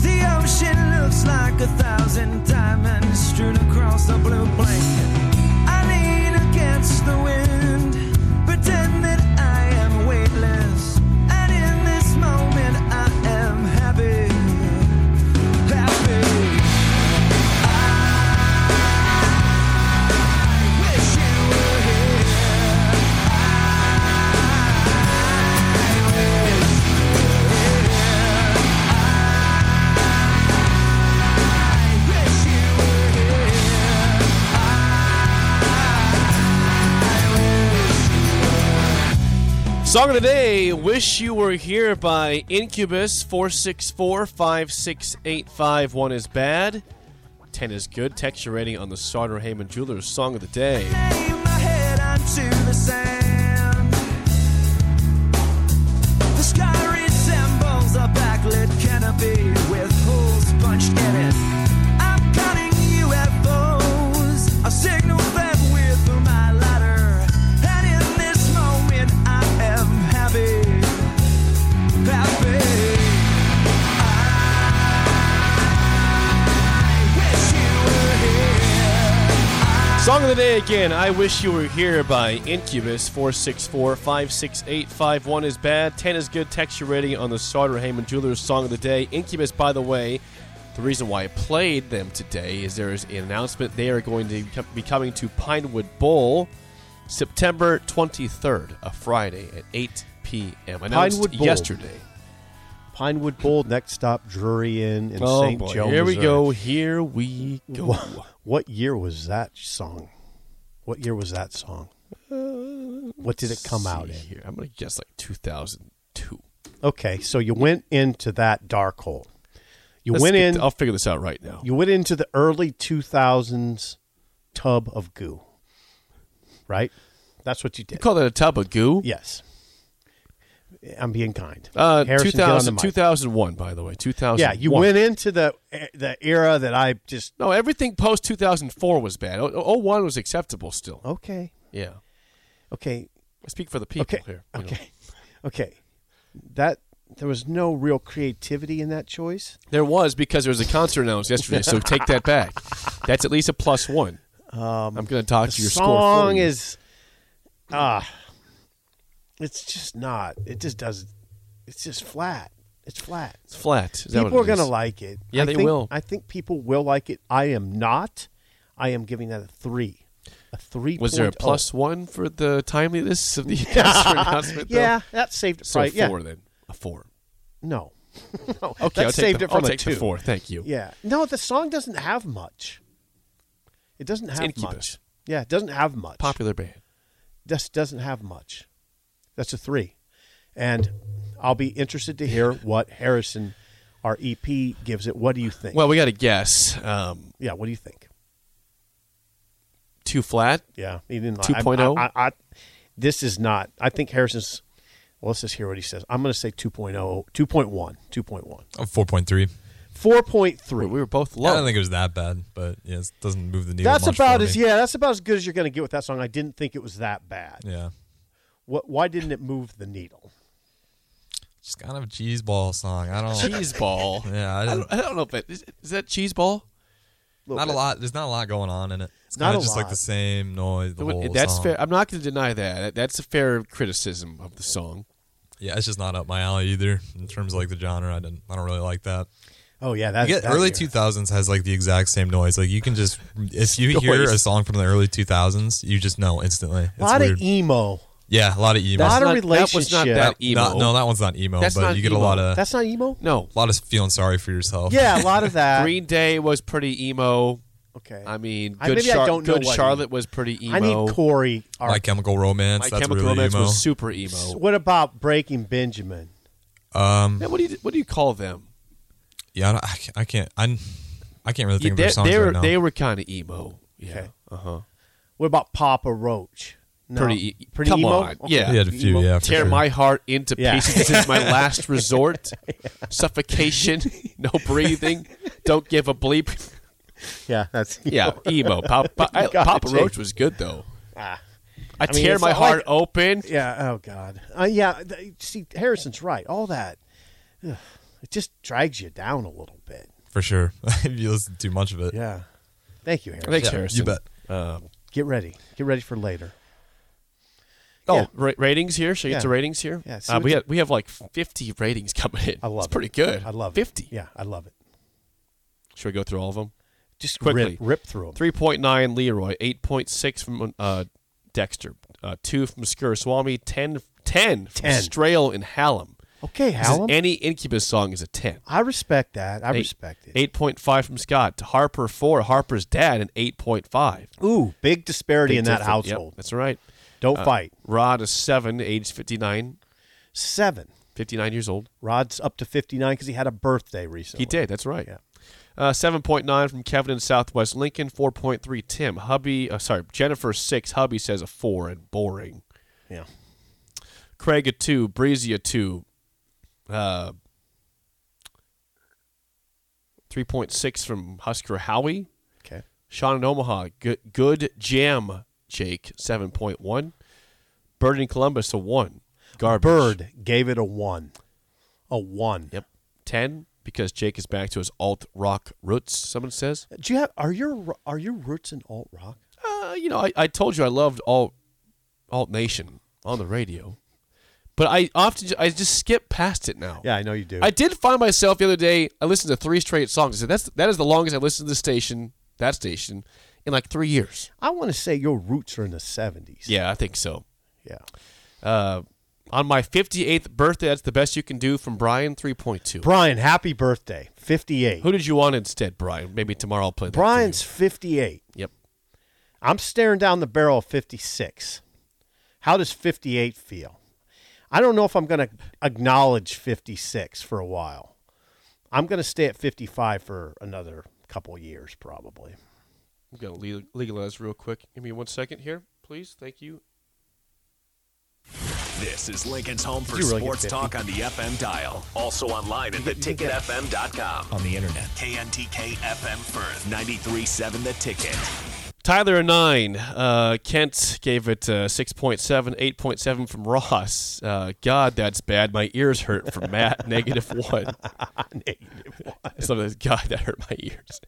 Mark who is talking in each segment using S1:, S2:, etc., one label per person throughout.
S1: The ocean looks like a thousand diamonds strewn across the blue blanket. I lean against the wind, pretend that I am weightless. And in this moment, I am happy. Happy. I wish you were here.
S2: Song of the day, Wish You Were Here by Incubus, 464 568 1 is bad, 10 is good. Text your rating on the Sartor Heyman Jewelers Song of the Day.
S1: Lay my head onto the sand. The sky resembles a backlit canopy with holes punched in it. I'm counting UFOs, a signal that we're through my ladder. And in this moment, I am happy. Happy. I wish you were here.
S2: Song of the day again, I Wish You Were Here by Incubus, 464 568 1 is bad, 10 is good. Text your rating on the Sartor Heyman Jewelers Song of the Day. Incubus, by the way, the reason why I played them today is there is an announcement they are going to be coming to Pinewood Bowl September 23rd, a Friday at 8 p.m. Announced
S3: Pinewood Bowl.
S2: yesterday.
S3: Pinewood Bowl, next stop Drury Inn in
S2: Oh,
S3: St.
S2: boy.
S3: Joe.
S2: Here we
S3: Missouri.
S2: go. Here we go.
S3: Wha- What year was that song? What year was that song? What did it come out
S2: Uh, See
S3: in?
S2: here. I'm going to guess like 2002.
S3: Okay, so you went into that dark hole. You
S2: Let's
S3: went
S2: get-
S3: in.
S2: I'll figure this out right now.
S3: you went into the early 2000s tub of goo. Right? That's what you did.
S2: call that a tub of goo?
S3: Yes. I'm being kind.
S2: Uh,
S3: Harrison, get on the
S2: 2000,
S3: mic.
S2: 2001, by the way. 2001.
S3: Yeah, you went into the eh, the era that I just
S2: No, everything post 2004 was bad. O- o- 01 was acceptable still.
S3: okay,
S2: Yeah.
S3: okay,
S2: I speak for the people
S3: okay,
S2: here. you know.
S3: okay, okay. That there was no real creativity in that choice.
S2: There was because there was a concert announced yesterday, so take that back. That's at least a plus one. Um, I'm going to talk to your score. for
S3: Song
S2: you.
S3: is ah, it's just not. It just does. It's just flat. It's flat.
S2: It's flat. Is that what
S3: people
S2: it
S3: are going to
S2: is?
S3: like it.
S2: Yeah,
S3: I
S2: they
S3: think-
S2: will.
S3: I think people will like it. I am not. I am giving that a three. A three. oh.
S2: Was there a plus one for the timeliness of the concert announcement? though?
S3: Yeah, that saved it.
S2: So
S3: right.
S2: four
S3: Yeah.
S2: then. A four.
S3: No. no.
S2: Okay,
S3: that
S2: I'll take
S3: saved
S2: the,
S3: it from
S2: I'll
S3: a
S2: take
S3: two.
S2: the four. Thank you.
S3: Yeah. No, the song doesn't have much. It doesn't have
S2: Incubus.
S3: much. Yeah, it doesn't have much.
S2: Popular band.
S3: Just doesn't have much. That's a three, and I'll be interested to hear what Harrison, our EP, gives it. What do you think?
S2: Well, we got to guess. Um,
S3: yeah. What do you think?
S2: too flat.
S3: Yeah, he didn't.
S2: 2.0?
S3: I, I, I, this is not. I think Harrison's. Well, let's just hear what he says. I'm going to say oh, 2.0, 2.1, 2.1,
S4: I'm 4.3.
S3: 4.3.
S2: We we were both
S4: I
S2: low.
S4: don't think it was that bad, but yeah, it doesn't move the needle.
S3: that's
S4: much
S3: about
S4: for
S3: as
S4: me.
S3: yeah. That's about as good as you're going to get with that song. I didn't think it was that bad.
S4: Yeah.
S3: What? Why didn't it move the needle?
S4: Just kind of a cheese ball song. I don't.
S2: cheese ball.
S4: Yeah, I
S2: I
S4: didn't,
S2: don't, I don't know if it is, is that cheese ball.
S3: Little
S4: not a
S3: bit.
S4: lot. There's not a lot going on in it. It's
S3: Not
S4: kind
S3: a
S4: of just like
S3: lot.
S4: the same noise. The whole
S2: That's
S4: song.
S2: fair. I'm not going to deny that. That's a fair criticism of the song.
S4: Yeah, it's just not up my alley either in terms of like the genre. I didn't. I don't really like that.
S3: Oh yeah, that's
S4: You get early two thousands has like the exact same noise. Like you can just if you hear
S2: Noise.
S4: a song from the early two thousands, you just know instantly. It's
S3: A lot
S4: weird.
S3: of emo.
S4: yeah, a lot of emo.
S2: e-, That's
S3: That's Not
S2: not-
S3: a
S2: That was not
S3: relationship.
S2: that
S4: That-
S2: emo.
S4: not- no, that one's not emo,
S2: That's
S4: but
S2: not
S4: you get
S2: emo.
S4: a lot of
S3: That's not emo.
S2: no.
S4: a lot of feeling sorry for yourself.
S3: Yeah, a lot of that.
S2: Green Day was pretty emo.
S3: Okay.
S2: I mean, good,
S3: I- maybe I
S2: Char-
S3: don't know
S2: good
S3: what
S2: Charlotte was pretty emo.
S3: I need Corey. Our,
S4: My Chemical Romance.
S2: My
S4: that's
S2: Chemical
S4: really
S2: Romance
S4: emo.
S2: was super emo.
S3: what about Breaking Benjamin?
S4: um,
S2: Yeah, what do you what do you call them?
S4: Yeah, I, don't- I can't- I can't. I, I can't really think of
S2: they,
S4: their songs
S2: they were
S4: right now.
S2: they were kind of emo. Yeah.
S3: Okay.
S2: Uh huh.
S3: What about Papa Roach? No.
S2: Pretty e-
S3: pretty
S2: come
S3: emo.
S2: on.
S3: Okay.
S2: Yeah.
S4: He had a few,
S3: Emo.
S4: yeah. for
S2: Tear
S4: sure.
S2: my heart into
S3: Yeah.
S2: pieces. This is my last resort. Suffocation. No breathing. Don't give a bleep.
S3: yeah, that's
S2: Yeah, e-, emo. Pop, Pop- I-
S3: Got
S2: Papa
S3: it,
S2: Roach
S3: Jake.
S2: was good though.
S3: Ah.
S2: I,
S3: mean,
S2: tear
S3: it's
S2: my
S3: not
S2: heart
S3: like-
S2: open.
S3: Yeah. Oh God. Uh, yeah. th- See, Harrison's right. All that, ugh, it just drags you down a little bit.
S4: for sure. if you listen to too much of it,
S3: Yeah. Thank you, Harrison.
S2: Thanks,
S4: Yeah,
S2: Harrison.
S4: you bet.
S3: Get ready. Get ready for later.
S2: Oh,
S3: Yeah.
S2: ra- ratings here. Should I get
S3: Yeah.
S2: to ratings here?
S3: Yeah, see
S2: Uh,
S3: what
S2: we
S3: you-
S2: have we have like fifty ratings coming in.
S3: I love.
S2: It's
S3: it.
S2: pretty good.
S3: I love it.
S2: fifty.
S3: Yeah, I love it.
S2: Should we go through all of them?
S3: Just
S2: Quickly.
S3: rip, rip through them.
S2: Three point nine Leroy. Eight point six from uh, Dexter. Uh, two from Skuraswamy. Ten. Ten from
S3: 10.
S2: Strail and Hallam.
S3: Okay,
S2: This is-
S3: Hallam.
S2: Any Incubus song is a ten.
S3: I respect that. I respect it.
S2: Eight point five from Scott to Harper. Four Harper's dad and eight point five.
S3: Ooh, big disparity in that
S2: Different. Yep, Uh,
S3: household.
S2: that's right.
S3: Don't fight.
S2: Rod is seven, age 59,
S3: Seven.
S2: 59 years old.
S3: Rod's up to fifty nine because he had a birthday recently.
S2: He did. That's right.
S3: Oh, Yeah.
S2: Uh, 7.9 from Kevin in Southwest Lincoln. 4.3 Tim. Hubby, uh, sorry, Jennifer, 6. Hubby says a 4 and boring.
S3: Yeah.
S2: Craig, a 2. Breezy, a 2. Uh, 3.6 from Husker Howie.
S3: Okay.
S2: Sean in Omaha, good, good jam, Jake, 7.1. Bird in Columbus, a 1. Garbage.
S3: Bird gave it a one. A one.
S2: Yep. 10 because Jake is back to his alt rock roots, someone says.
S3: Do you have are your are your roots in alt rock?
S2: Uh, you know, I, I told you I loved alt alt nation on the radio. But I often ju- I just skip past it now.
S3: Yeah, I know you do.
S2: I did find myself the other day I listened to three straight songs. I said that's that is the longest I listened to this station, that station in like 3 years.
S3: I want to say your roots are in the seventies.
S2: Yeah, I think so.
S3: Yeah.
S2: Uh on my 58th birthday, that's the best you can do from Brian 3.2.
S3: Brian, happy birthday. Fifty eight.
S2: Who did you want instead, Brian? Maybe tomorrow I'll play that. for you.
S3: Brian's fifty eight.
S2: Yep.
S3: I'm staring down the barrel of fifty six. How does fifty eight feel? I don't know if I'm gonna acknowledge fifty six for a while. I'm gonna stay at fifty five for another couple years probably.
S2: I'm gonna le- legalize real quick. Give me one second here, please. Thank you.
S5: This is Lincoln's home for
S3: You really get
S5: sports
S3: 50.
S5: talk on the FM dial. Also online at theticketfm.com. On the internet. KNTK FM Firth, 93.7 The Ticket.
S2: Tyler a nine. Uh, Kent gave it uh, 6.7, 8.7 from Ross. Uh, God, that's bad. My ears hurt from Matt. negative one. negative one. Something God, that hurt my ears.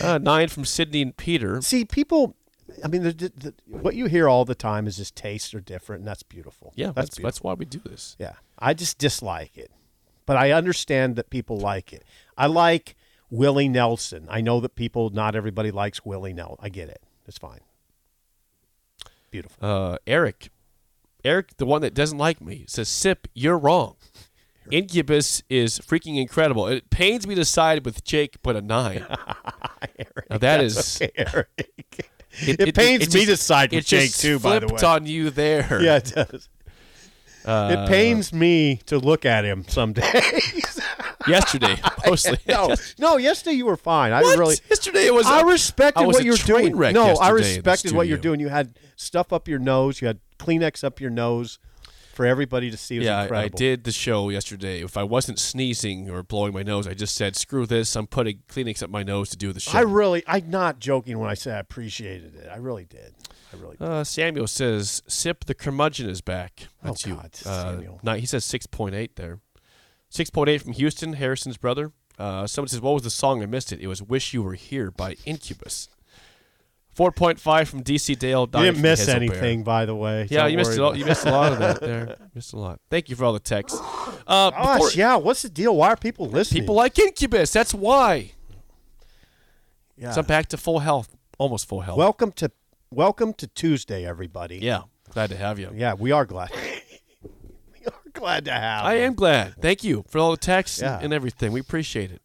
S2: Uh, nine from Sydney and Peter.
S3: See, people. I mean, the, the, the- what you hear all the time is just tastes are different, and that's beautiful.
S2: Yeah,
S3: that's
S2: that's that's why we do this.
S3: yeah. I just dislike it, but I understand that people like it. I like Willie Nelson. I know that people, not everybody likes Willie Nelson. I get it. It's fine. Beautiful.
S2: Uh, Eric, Eric, the one that doesn't like me, says, "Sip, you're wrong. Incubus is freaking incredible. It pains me to side with Jake, but a nine. now that is
S3: Eric. It, pains me to side with
S2: it
S3: Jake
S2: just
S3: too. By the way,
S2: flipped on you there.
S3: yeah, it does. it pains me to look at him someday.
S2: yesterday mostly.
S3: no, no. Yesterday you were fine. I
S2: What?
S3: really.
S2: yesterday it was.
S3: I respected
S2: I was
S3: what
S2: a
S3: you were
S2: train
S3: doing.
S2: wreck
S3: no,
S2: yesterday
S3: I
S2: in the
S3: respected what you were
S2: studio.
S3: doing. You had stuff up your nose. You had Kleenex up your nose for everybody to see. It was
S2: Yeah, I, I
S3: incredible.
S2: did the show yesterday. If I wasn't sneezing or blowing my nose, I just said, "Screw this! I'm putting Kleenex up my nose to do the show."
S3: I really, I'm not joking when I say I appreciated it. I really did. I really. Did.
S2: Uh, Samuel says, "Sip the curmudgeon is back." That's you.
S3: Oh, God,
S2: Uh,
S3: Samuel.
S2: ni- he says six point eight there. Six point eight from Houston, Harrison's brother. Uh, someone says, "What was the song? I missed it. It was "Wish You Were Here" by Incubus." Four point five from DC Dale.
S3: you
S2: Donnie
S3: didn't
S2: from
S3: miss
S2: Hazel Bear.
S3: anything, by the way.
S2: Yeah,
S3: Don't
S2: you missed
S3: worry
S2: a lot.
S3: about
S2: You missed a lot of that there. Missed a lot. Thank you for all the texts. Uh,
S3: it. Gosh,
S2: before-
S3: yeah. What's the deal? Why are people listening?
S2: people like Incubus. That's why.
S3: yeah.
S2: So I'm back to full health, almost full health.
S3: welcome to, welcome to Tuesday, everybody.
S2: yeah, glad to have you.
S3: yeah. We are glad. we are glad to have.
S2: I
S3: them.
S2: am glad. Thank you for all the texts
S3: Yeah.
S2: and, and everything. We appreciate it.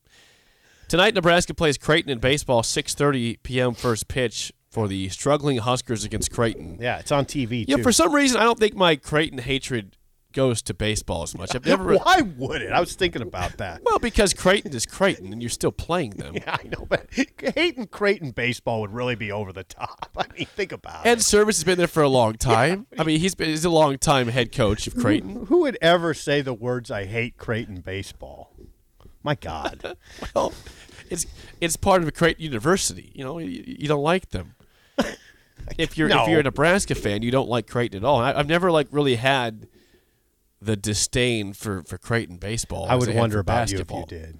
S2: Tonight, Nebraska plays Creighton in baseball, 6.30 p.m. first pitch for the struggling Huskers against Creighton.
S3: Yeah, it's on TV
S2: Yeah,
S3: too.
S2: for some reason, I don't think my Creighton hatred goes to baseball as much. I've never.
S3: Why would it? I was thinking about that.
S2: Well, because Creighton is Creighton, and you're still playing them.
S3: I know, but hating Creighton baseball would really be over the top. I mean, think about
S2: Ed
S3: it.
S2: Service has been there for a long time. I mean, he's been he's a long time head coach of Creighton.
S3: Who would ever say the words "I hate Creighton baseball"? My God,
S2: well, it's it's part of a Creighton University. You know, you, you don't like them. If you're if
S3: No.
S2: you're a Nebraska fan, you don't like Creighton at all. And I, I've never like really had the disdain for for Creighton baseball.
S3: I
S2: as
S3: would
S2: had
S3: wonder
S2: for
S3: about you if
S2: basketball.
S3: you did.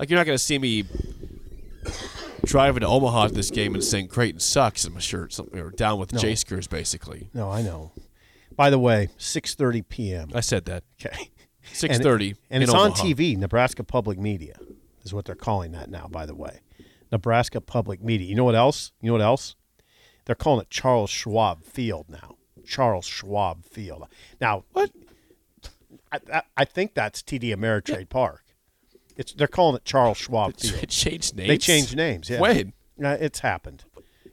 S2: Like you're not going to see me driving to Omaha to this game and saying Creighton sucks in my shirt, something or down with Jaskers basically.
S3: No, I know. By the way, 6:30 p.m.
S2: I said that.
S3: Okay.
S2: Six thirty,
S3: And, it- and it's on TV, Nebraska Public Media is what they're calling that now, by the way. Nebraska Public Media. You know what else? You know what else? They're calling it Charles Schwab Field now. Charles Schwab Field. Now, what? I, I, I think that's TD Ameritrade Park. It's they're calling it Charles Schwab
S2: It
S3: Field.
S2: changed names.
S3: They changed names. Yeah.
S2: When?
S3: Yeah, it's happened.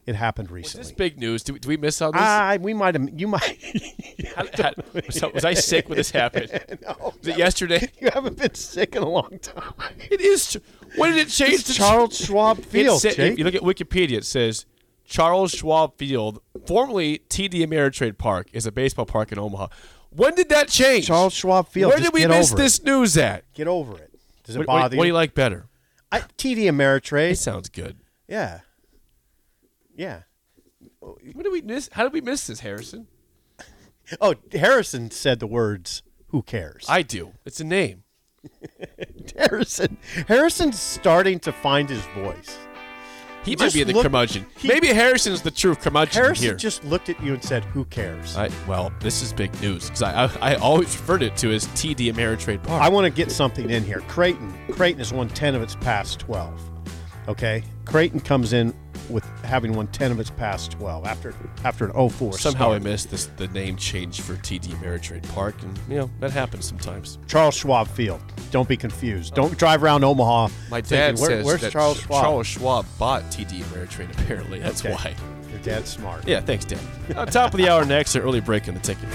S3: It happened
S2: Is this
S3: recently.
S2: big news? Do, we- do we miss on this?
S3: I, we might have you might
S2: How- how- so was I sick when this happened?
S3: no,
S2: Was it yesterday?
S3: you haven't been sick in a long time.
S2: It is. When did it change to
S3: Charles Schwab
S2: It
S3: Field,
S2: sa-
S3: Jake.
S2: if you look at Wikipedia, it says Charles Schwab Field, formerly TD Ameritrade Park, is a baseball park in Omaha. When did that change?
S3: Charles Schwab Field.
S2: Where
S3: Just
S2: did we
S3: get
S2: miss
S3: over it.
S2: this news at?
S3: Get over it. Does it
S2: What, what-
S3: bother
S2: what do
S3: you?
S2: you like better?
S3: I, TD
S2: It
S3: Ameritrade.
S2: sounds good.
S3: Yeah. Yeah.
S2: What did we miss? How did we miss this, Harrison?
S3: Oh, Harrison said the words, who cares?
S2: I do. It's a name.
S3: Harrison. Harrison's starting to find his voice.
S2: He
S3: Just
S2: might be the
S3: look-
S2: curmudgeon.
S3: he-
S2: Maybe Harrison's the true curmudgeon
S3: Harrison
S2: here.
S3: just looked at you and said, who cares? I,
S2: I, well, this is big news because I, I, I always referred it to as TD Ameritrade Park.
S3: want to get something in here. Creighton. Creighton has won 10 of its past 12. Okay? Creighton comes in with having won 10 of its past 12 after after an 04
S2: Somehow
S3: start.
S2: I missed this, the name change for TD Ameritrade Park, and you know that happens sometimes.
S3: Charles Schwab Field. Don't be confused. Don't drive around Omaha.
S2: My
S3: thinking,
S2: dad
S3: "Where-
S2: says
S3: "Where's
S2: that
S3: Charles Schwab?"
S2: Charles Schwab bought TD Ameritrade. Apparently, that's
S3: Okay.
S2: why.
S3: Your dad's smart.
S2: Yeah, thanks, Dad. On top of the hour next, an early break in the ticket.